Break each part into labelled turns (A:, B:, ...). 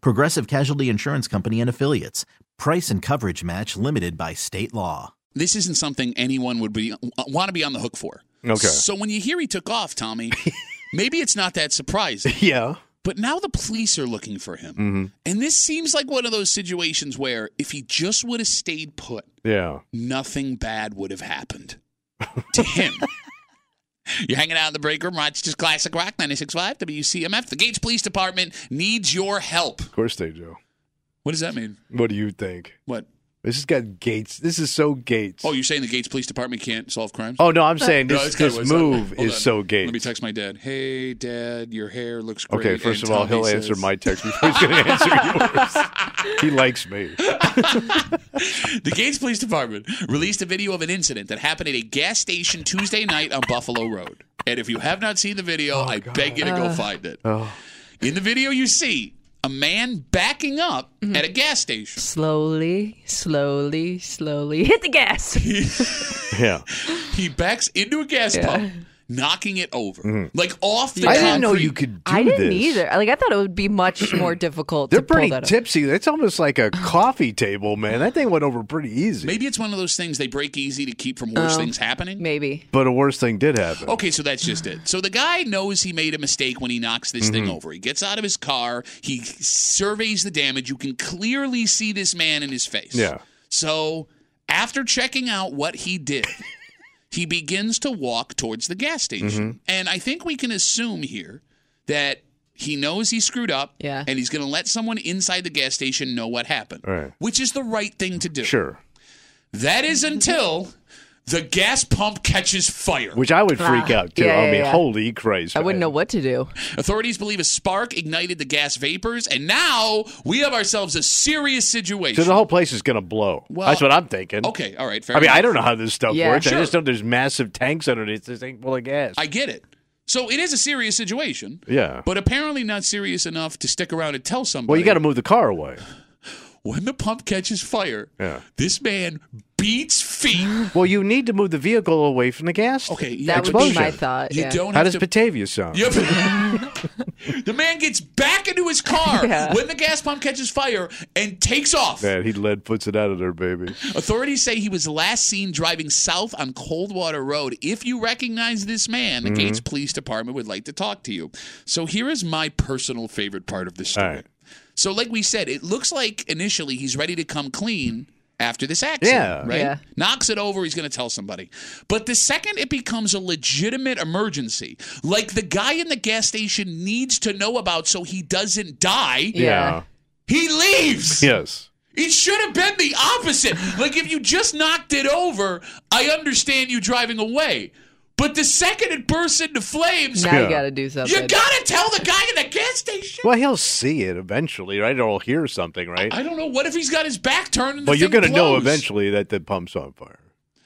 A: Progressive Casualty Insurance Company and Affiliates. Price and coverage match limited by state law.
B: This isn't something anyone would be want to be on the hook for.
C: Okay.
B: So when you hear he took off, Tommy, maybe it's not that surprising.
C: Yeah.
B: But now the police are looking for him. And this seems like one of those situations where if he just would have stayed put,
C: Yeah.
B: nothing bad would have happened to him. You're hanging out in the break room, Rochester's Classic Rock 965 WCMF. The Gates Police Department needs your help.
C: Of course they do.
B: What does that mean?
C: What do you think?
B: What?
C: This has got Gates. This is so Gates.
B: Oh, you're saying the Gates Police Department can't solve crimes?
C: Oh, no, I'm saying
B: No,
C: this,
B: that's kinda
C: this
B: what it sounded
C: move
B: like. Hold
C: is
B: on.
C: so
B: Let me
C: Gates.
B: text my dad. Hey, dad, your hair looks great.
C: Okay, first
B: And
C: of all,
B: Tommy
C: he'll
B: says-
C: answer my text before he's going to answer yours. he likes me.
B: The Gates Police Department released a video of an incident that happened at a gas station Tuesday night on Buffalo Road. And if you have not seen the video, I beg you to go find it.
C: Oh.
B: In the video, you see a man backing up
C: Mm-hmm.
B: at a gas station.
D: Slowly, slowly, slowly. Hit the gas.
C: Yeah.
B: He backs into a gas pump, knocking it over,
C: Mm-hmm.
B: like off the.
C: I didn't know
B: concrete.
C: you could do
D: I didn't
C: this.
D: either. Like I thought it would be much more difficult
C: They're
D: to pull
C: pretty
D: that off.
C: tipsy. That's almost like a coffee table, man. That thing went over pretty easy.
B: Maybe it's one of those things they break easy to keep from worse things happening.
D: Maybe.
C: But a worse thing did happen.
B: Okay, so that's just it. So the guy knows he made a mistake when he knocks this
C: Mm-hmm.
B: thing over. He gets out of his car, he surveys the damage. You can clearly see this man in his face.
C: Yeah.
B: So after checking out what he did, he begins to walk towards the gas station.
C: Mm-hmm.
B: And I think we can assume here that he knows he screwed up
D: Yeah.
B: and he's going to let someone inside the gas station know what happened,
C: Right.
B: which is the right thing to do.
C: Sure.
B: That is until the gas pump catches fire.
C: Which I would freak
D: Ah.
C: out too.
D: Yeah,
C: I
D: yeah,
C: mean,
D: yeah.
C: holy Christ.
D: I wouldn't know
C: man.
D: what to do.
B: Authorities believe a spark ignited the gas vapors, and now we have ourselves a serious situation.
C: So the whole place is going to blow.
B: Well-
C: That's what I'm thinking.
B: okay, all right, fair
C: I mean,
B: enough.
C: I don't know how this stuff
D: Yeah.
C: works.
B: Sure.
C: I just know there's massive tanks underneath this thing full of gas.
B: I get it. So it is a serious situation,
C: yeah.
B: but apparently not serious enough to stick around and tell somebody.
C: well, you got to move the car away.
B: When the pump catches fire,
C: Yeah.
B: this man beats feet.
C: Well, you need to move the vehicle away from the gas.
B: Okay, you-
D: That
C: Explosion.
D: would be my thought.
B: You
D: yeah.
B: don't
C: How
B: have
C: does
B: to.
C: Batavia sound?
B: Yep. the man gets back into his car
D: Yeah.
B: when the gas pump catches fire and takes off.
C: Man, he lead puts it out of there, baby.
B: Authorities say he was last seen driving south on Coldwater Road. If you recognize this man,
C: Mm-hmm.
B: the Gates Police Department would like to talk to you. So here is my personal favorite part of this story.
C: All right.
B: So, like we said, it looks like initially he's ready to come clean after this accident,
C: Yeah.
B: right?
D: Yeah.
B: Knocks it over, he's going to tell somebody. But the second it becomes a legitimate emergency, like the guy in the gas station needs to know about so he doesn't die,
D: Yeah.
B: he leaves.
C: Yes.
B: It should have been the opposite. Like if you just knocked it over, I understand you driving away. But the second it bursts into flames,
D: Now
C: Yeah.
D: you got to do something.
B: you gotta tell the guy in the gas station.
C: Well, he'll see it eventually, right? Or he'll hear something, right?
B: I don't know. What if he's got his back turned? And the
C: well, you're
B: thing
C: going to know
B: blows?
C: eventually that the pump's on fire.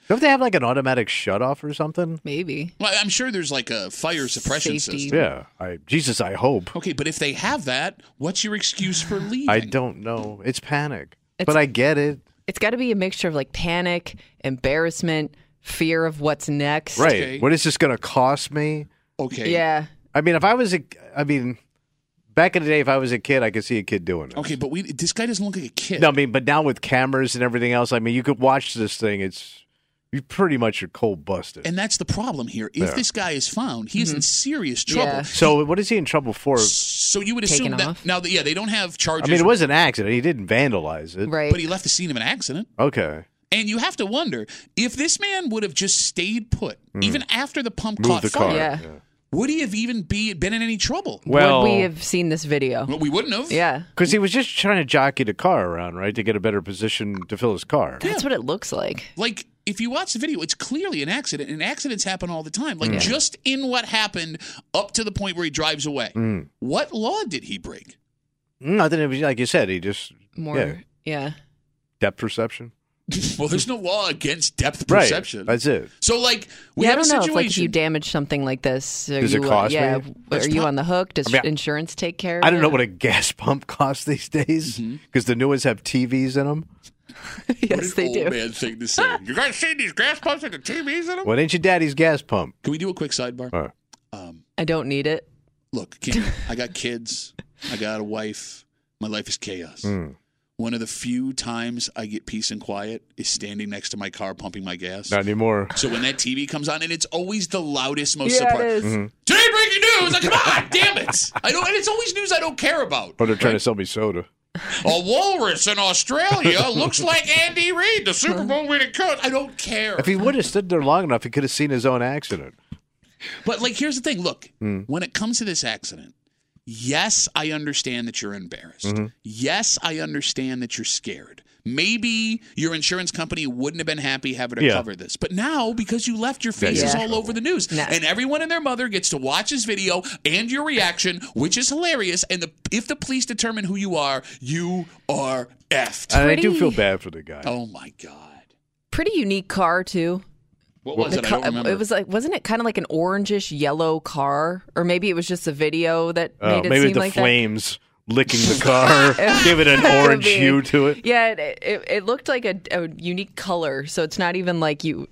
C: Don't they have like an automatic shutoff or something?
D: Maybe.
B: Well, I'm sure there's like a fire suppression
D: Safety.
B: system.
C: Yeah. I Jesus, I hope.
B: Okay, but if they have that, what's your excuse for leaving?
C: I don't know. It's panic.
D: It's-
C: but I get it.
D: It's got to be a mixture of like panic, embarrassment, fear of what's next.
C: Right.
B: Okay.
C: What is this going to cost me?
B: Okay.
D: Yeah.
C: I mean, if I was a, I mean, back in the day, if I was a kid, I could see a kid doing it.
B: Okay, but we this guy doesn't look like a kid.
C: No, I mean, but now with cameras and everything else, I mean, you could watch this thing. It's you pretty much are cold busted.
B: And that's the problem here. If
C: Yeah.
B: this guy is found, he is in serious trouble.
D: Mm-hmm. Yeah.
C: so what is he in trouble for?
B: So you would
D: Taken
B: assume that
D: off.
B: now, that, yeah, they don't have
C: I
B: charges.
C: mean, it was an accident. He didn't vandalize it.
D: right.
B: but he left the scene of an accident.
C: Okay.
B: And you have to wonder if this man would have just stayed put, even after the pump
C: Move
B: caught
C: Hmm. the
B: fire,
C: car.
D: Yeah.
B: would he have even be, been in any trouble?
C: Well,
D: Would we have seen this video?
B: Well, we wouldn't have.
D: Yeah.
C: because he was just trying to jockey the car around, right, to get a better position to fill his car.
D: That's what it looks like.
B: Like, if you watch the video, it's clearly an accident, and accidents happen all the time.
C: Hmm.
B: Like, just in what happened up to the point where he drives away,
C: Hmm.
B: what law did he break?
C: Nothing. It was like you said. He just
D: More.
C: yeah,
D: Yeah.
C: depth perception.
B: well, there's no law against depth
C: Right.
B: perception.
C: That's it.
B: So, like, we
D: Yeah, I
B: have
D: don't
B: a
D: know if
B: situation.
D: like if you damage something like this, are
C: Does it
D: you, uh,
C: cost
D: yeah,
C: me?
D: are you on the hook? Does
C: I mean, I-
D: insurance take care? of
C: I don't know
D: it?
C: what a gas pump costs these days because the new ones have TVs in them.
B: What
D: yes,
B: an
D: they
B: old
D: do.
B: man thing to say. you guys seen these gas pumps with the TVs in them?
C: What ain't your daddy's gas pump?
B: Can we do a quick sidebar?
C: All right.
B: Um,
D: I don't need it.
B: look, Kim, I got kids. I got a wife. My life is chaos.
C: Mm.
B: One of the few times I get peace and quiet is standing next to my car pumping my gas.
C: Not anymore.
B: so when that TV comes on, and it's always the loudest, most
D: yeah, it
B: surprising.
D: is.
B: Today breaking news! Like, come on, damn it! I don't, and it's always news I don't care about.
C: Oh, they're trying to sell me soda.
B: A walrus in Australia looks like Andy Reid, the Super Bowl winning coach. I don't care.
C: If he would have stood there long enough, he could have seen his own accident.
B: But like, here's the thing. Look,
D: Hmm.
B: when it comes to this accident, yes, I understand that you're embarrassed.
D: Mm-hmm.
B: Yes, I understand that you're scared. Maybe your insurance company wouldn't have been happy having to
C: Yeah.
B: cover this. But now, because you left your faces
D: Yeah.
B: all over the news,
D: No.
B: and everyone and their mother gets to watch this video and your reaction, which is hilarious. And the, if the police determine who you are, you are effed.
C: And I do
D: Pretty-
C: feel bad for the guy.
B: oh my god!
D: Pretty unique car too.
B: What was
D: The
B: it? I
D: co-
B: don't remember.
D: It was like wasn't it kind of like an orangish yellow car, or maybe it was just a video that
C: Oh,
D: made it
C: maybe
D: seem
C: the
D: like that.
C: flames licking the car, give it an
D: Could
C: orange
D: be.
C: hue to it.
D: Yeah, it, it, it looked like a, a unique color, so it's not even like you,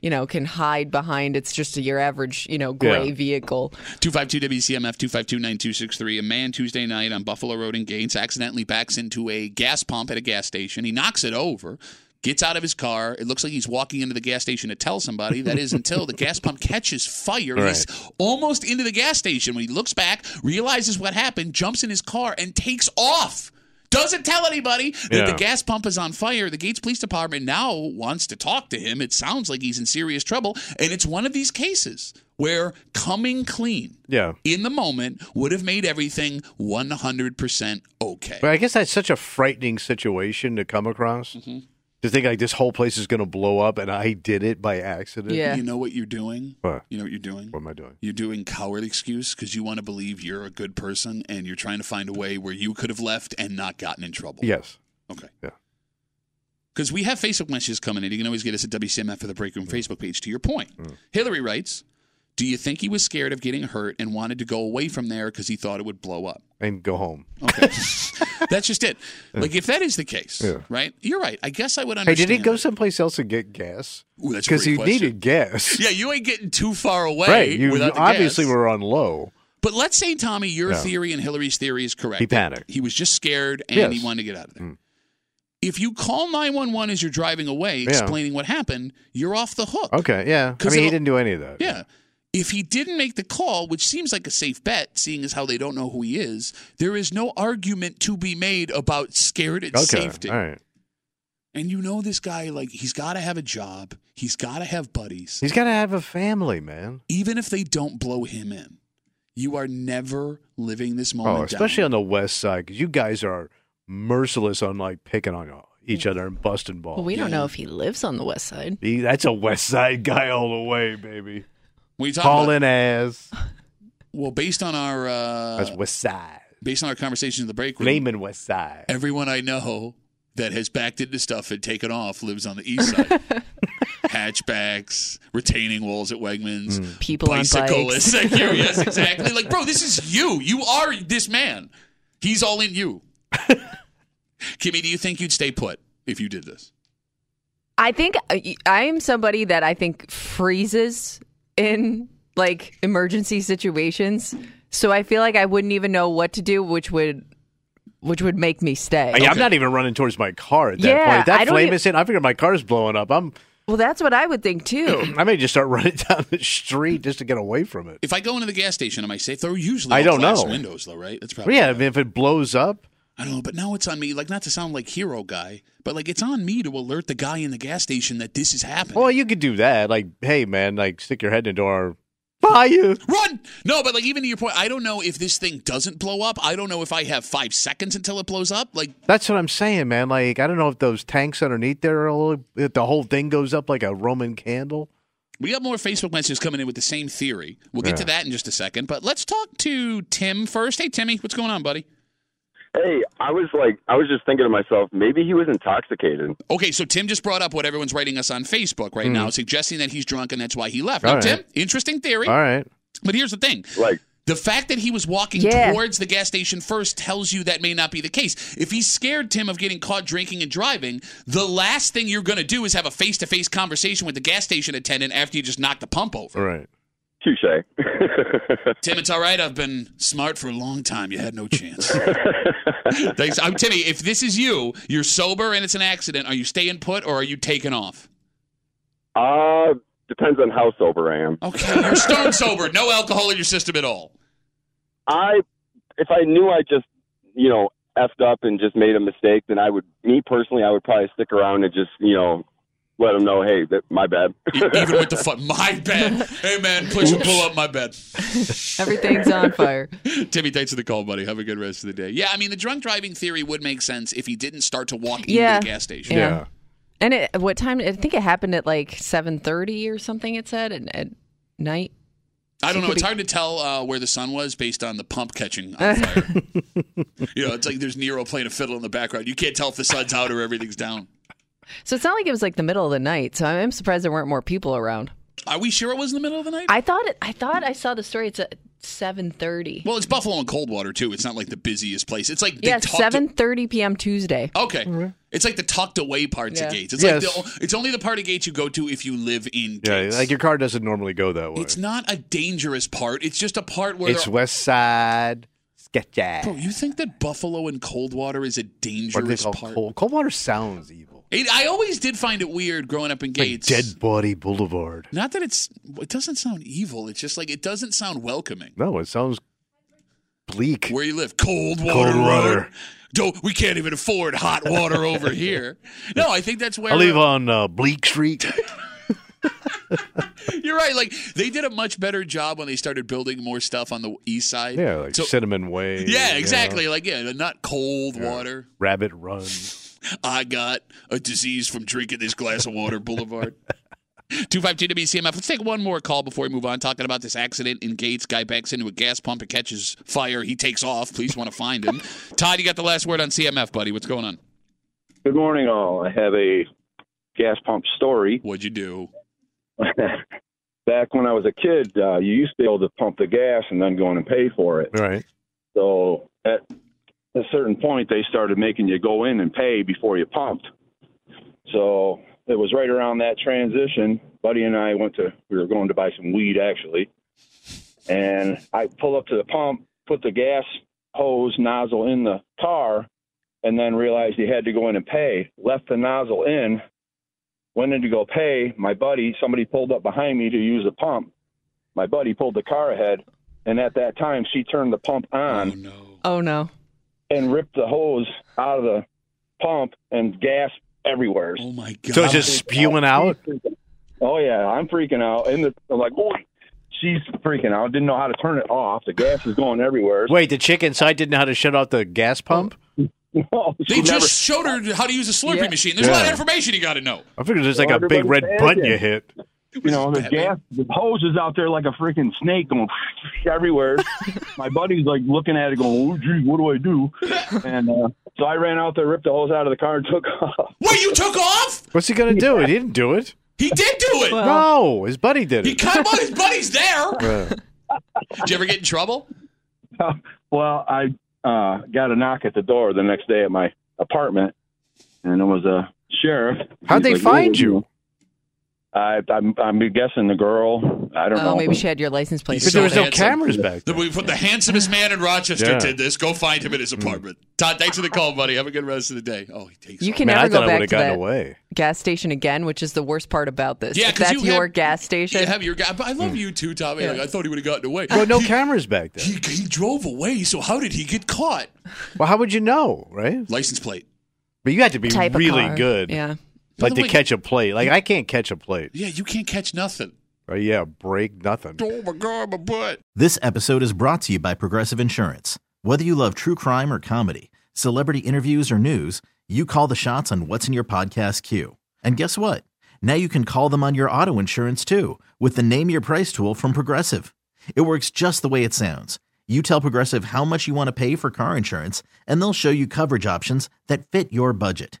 D: you know, can hide behind. It's just your average, you know, gray
C: Yeah.
D: vehicle.
B: 252 WCMF 252 9263. A man Tuesday night on Buffalo Road in Gaines accidentally backs into a gas pump at a gas station. He knocks it over, gets out of his car. It looks like he's walking into the gas station to tell somebody. That is until the gas pump catches fire. He's almost into the gas station. When he looks back, realizes what happened, jumps in his car, and takes off. Doesn't tell anybody that the
C: Yeah.
B: gas pump is on fire. The Gates Police Department now wants to talk to him. It sounds like he's in serious trouble. And it's one of these cases where coming clean
C: Yeah.
B: in the moment would have made everything 100% okay.
C: But I guess that's such a frightening situation to come across. To think like this whole place is going to blow up and I did it by accident.
D: Yeah.
B: You know what you're doing?
C: What?
B: You know what you're doing?
C: What am I doing?
B: You're doing coward excuse because you want to believe you're a good person and you're trying to find a way where you could have left and not gotten in trouble.
C: Yes.
B: Okay.
C: Yeah.
B: Because we have Facebook messages coming in. You can always get us at WCMF for the Break Room Facebook page. To your point,
C: Mm.
B: Hillary writes, Do you think he was scared of getting hurt and wanted to go away from there because he thought it would blow up?
C: And go home.
B: Okay. That's just it. Like, if that is the case,
C: Yeah.
B: right? You're right. I guess I would
C: Hey,
B: understand.
C: did he go
B: that.
C: someplace else and get gas?
B: Ooh, that's a
C: Because
B: great
C: he
B: question.
C: needed gas.
B: Yeah, you ain't getting too far away.
C: right. You,
B: without
C: you
B: the
C: obviously
B: gas.
C: were on low.
B: But let's say, Tommy, your
C: Yeah.
B: theory and Hillary's theory is correct.
C: He panicked.
B: He was just scared and
C: Yes. Mm.
B: he wanted to get out of there. If you call 911 as you're driving away
C: Yeah.
B: explaining what happened, you're off the hook.
C: Okay. Yeah. I
B: 'Cause
C: mean, he
B: it'll-
C: didn't do any of that.
B: Yeah. If he didn't make the call, which seems like a safe bet, seeing as how they don't know who he is, there is no argument to be made about scared at
C: Okay.
B: safety.
C: All right.
B: And you know this guy, like, he's got to have a job. He's got to have buddies.
C: He's got to have a family, man.
B: Even if they don't blow him in, you are never living this moment
C: Oh, especially
B: down.
C: on the west side because you guys are merciless on like picking on each other and busting balls.
D: Well, we don't
B: yeah.
D: know if he lives on the west side.
C: He- that's a west side guy all the way, baby.
B: What are you talking about? Uh,
C: Calling ass.
B: Well, based on our
C: That's
B: uh,
C: west side.
B: based on our conversation in the break room,
C: Blaming west side.
B: everyone I know that has backed into stuff and taken off lives on the east side. Hatchbacks, retaining walls at Wegmans,
C: Mm.
D: People on bikes.
B: bicyclists. Like, yeah, yes, exactly. Like, bro, this is you. You are this man. He's all in you. Kimmy, do you think you'd stay put if you did this?
D: I think I I am somebody that I think freezes in like emergency situations. So I feel like I wouldn't even know what to do, which would which would make me stay.
C: Like, I'm not even running towards my car at that
D: Yeah,
C: point. If that
D: I don't
C: flame
D: e-
C: is in. I figure my car's blowing up. I'm
D: Well, that's what I would think
B: Oh.
D: too.
C: I may just start running down the street just to get away from it.
B: If I go into the gas station, am I safe? They're usually
C: I
B: all
C: don't
B: glass
C: know.
B: windows, though, right? That's
C: But
B: probably
C: yeah, I mean, if it blows up,
B: I don't know, but now it's on me. Like, not to sound like hero guy, but like it's on me to alert the guy in the gas station that this is happening.
C: well, you could do that. Like, hey, man, like stick your head in the door, buy you.
B: Run! No, but like even to your point, I don't know if this thing doesn't blow up. I don't know if I have five seconds until it blows up. Like,
C: That's what I'm saying, man. Like, I don't know if those tanks underneath there are a little, if the whole thing goes up like a Roman candle.
B: we got more Facebook messages coming in with the same theory. We'll get to that in just a second, but let's talk to Tim first. Hey, Timmy, what's going on, buddy?
E: Hey, I was like, I was just thinking to myself, maybe he was intoxicated.
B: Okay, so Tim just brought up what everyone's writing us on Facebook right now, suggesting that he's drunk and that's why he left. now,
C: Hmm. All
B: Tim,
C: right.
B: interesting theory,
C: All right.
B: but here's the thing.
E: Like,
B: The fact that he was walking
D: Yeah.
B: towards the gas station first tells you that may not be the case. If he scared Tim of getting caught drinking and driving, the last thing you're going to do is have a face to face conversation with the gas station attendant after you just knocked the pump over.
C: All right.
E: touche.
B: Tim, it's all right. I've been smart for a long time. You had no chance. Thanks. I'm Timmy. If this is you, you're sober and it's an accident. Are you staying put or are you taking off?
E: uh, depends on how sober I am.
B: Okay, you're stone sober. No alcohol in your system at all.
E: I, if I knew I just, you know, effed up and just made a mistake, then I would, me personally, I would probably stick around and just, you know, let him know, hey, that, my bad.
B: E- Even with the fuck, my bed. Hey man, please pull up my bed.
D: Everything's on fire.
B: Timmy, thanks for the call, buddy. Have a good rest of the day. Yeah, I mean, the drunk driving theory would make sense if he didn't start to walk into
D: Yeah.
B: the gas station.
D: Yeah. And it, what time? I think it happened at like seven thirty or something. It said at, at night.
B: I don't know.
D: Could
B: It's
D: be-
B: hard to tell uh, where the sun was based on the pump catching on fire. you know, it's like there's Nero playing a fiddle in the background. You can't tell if the sun's out or everything's down.
D: So it's not like it was like the middle of the night. So I'm surprised there weren't more people around.
B: Are we sure it was in the middle of the night?
D: I thought it, I thought I saw the story. It's at seven thirty.
B: well, it's Buffalo and Coldwater too. It's not like the busiest place. It's like they
D: yeah,
B: talked-
D: seven thirty p.m. Tuesday.
B: Okay, it's like the tucked away parts of
D: Yeah.
B: gates. It's
C: Yes.
B: like the, it's only the part of gates you go to if you live in
C: Yeah.
B: gates.
C: Like your car doesn't normally go that way.
B: it's not a dangerous part. It's just a part where
C: It's
B: there-
C: West Side sketchy.
B: Bro, you think that Buffalo and Coldwater is a
C: What do they
B: dangerous
C: call
B: part?
C: cold? Cold water sounds evil.
B: It, I always did find it weird growing up in
C: Like
B: Gates.
C: Dead Body Boulevard.
B: Not that it's it doesn't sound evil. It's just like it doesn't sound welcoming.
C: No, it sounds bleak.
B: Where you live, cold water.
C: water.
B: Road. Don't we can't even afford hot water over here. No, I think that's where
C: I live on uh, Bleak Street.
B: you're right. Like they did a much better job when they started building more stuff on the east side.
C: yeah, like
B: So-
C: Cinnamon Way. you
B: yeah,
C: know,
B: exactly. Like yeah, not cold water.
C: Rabbit Run.
B: I got a disease from drinking this glass of water, Boulevard. 252 WCMF. Let's take one more call before we move on. Talking about this accident in Gates. Guy backs into a gas pump and catches fire. He takes off. Police want to find him. Todd, you got the last word on CMF, buddy. What's going on?
F: Good morning, all. I have a gas pump story.
B: What'd you do?
F: Back when I was a kid, uh, you used to be able to pump the gas and then go in and pay for it.
C: All right.
F: So at a certain point, they started making you go in and pay before you pumped. So it was right around that transition. Buddy and I went to, we were going to buy some weed actually. And I pull up to the pump, put the gas hose nozzle in the car, and then realized he had to go in and pay. Left the nozzle in, went in to go pay. My buddy, somebody pulled up behind me to use the pump. My buddy pulled the car ahead. And at that time, she turned the pump on
B: Oh, no.
D: Oh no.
F: and ripped the hose out of the pump and gas everywhere.
B: Oh, my God.
C: So it's just spewing out.
F: Oh yeah, I'm freaking out. And the, I'm like, oh, she's freaking out. Didn't know how to turn it off. The gas is going everywhere.
C: Wait, the chick inside didn't know how to shut off the gas pump?
F: No,
B: they
F: she
B: just
F: never-
B: showed her how to use a Slurpee
D: Yeah.
B: machine. There's a
C: Yeah.
B: lot of information you got to know.
C: I figured there's like a big
F: Everybody's
C: red
F: panicking.
C: button you hit.
F: you know, the
B: Batman.
F: gas, the hose is out there like a freaking snake going everywhere. My buddy's like looking at it, going, "Oh, gee, what do I do?" And uh, so I ran out there, ripped the hose out of the car, and took off.
B: Wait, you took off?
C: What's he going to do? He didn't do it.
B: He did do it.
C: No, his buddy did
B: he
C: it.
B: cut him on his buddies there. Did you ever get in trouble?
F: well, I uh, got a knock at the door the next day at my apartment, and it was a sheriff.
C: How'd they
F: He's
C: find
F: "Oh,
C: you?"
F: I, I'm, I'm guessing the girl I don't
D: Oh,
F: know.
D: maybe she had your license plate.
B: He's
C: But there was no
B: handsome.
C: cameras back
B: The,
C: then.
B: we put the handsomest man in Rochester
C: Yeah.
B: did this. Go find him in his apartment. Todd, thanks for the call, buddy. Have a good rest of the day. Oh, he takes
D: You
B: off.
D: can
C: Man, I
D: never
C: thought
D: go
C: I would
D: back
C: have
D: to
C: gotten
D: that
C: away.
D: gas station again, which is the worst part about this.
B: Yeah,
D: if
B: 'cause
D: that's
B: you had-
D: your gas station.
B: You have your guy. I love you too, Tommy. Like, I thought he would have gotten away.
C: Well, no
B: he,
C: cameras back then.
B: he, he drove away. So how did he get caught?
C: Well, how would you know, right?
B: License plate.
C: But you had to be
D: type of
C: really
D: car.
C: good,
D: Yeah.
B: By
C: like
B: the
C: to
B: way-
C: catch a plate. Like I can't catch a plate.
B: Yeah, you can't catch nothing.
C: Right? Yeah, break nothing.
B: Oh my god, my butt.
A: This episode is brought to you by Progressive Insurance. Whether you love true crime or comedy, celebrity interviews or news, you call the shots on what's in your podcast queue. And guess what? Now you can call them on your auto insurance too with the Name Your Price tool from Progressive. It works just the way it sounds. You tell Progressive how much you want to pay for car insurance, and they'll show you coverage options that fit your budget.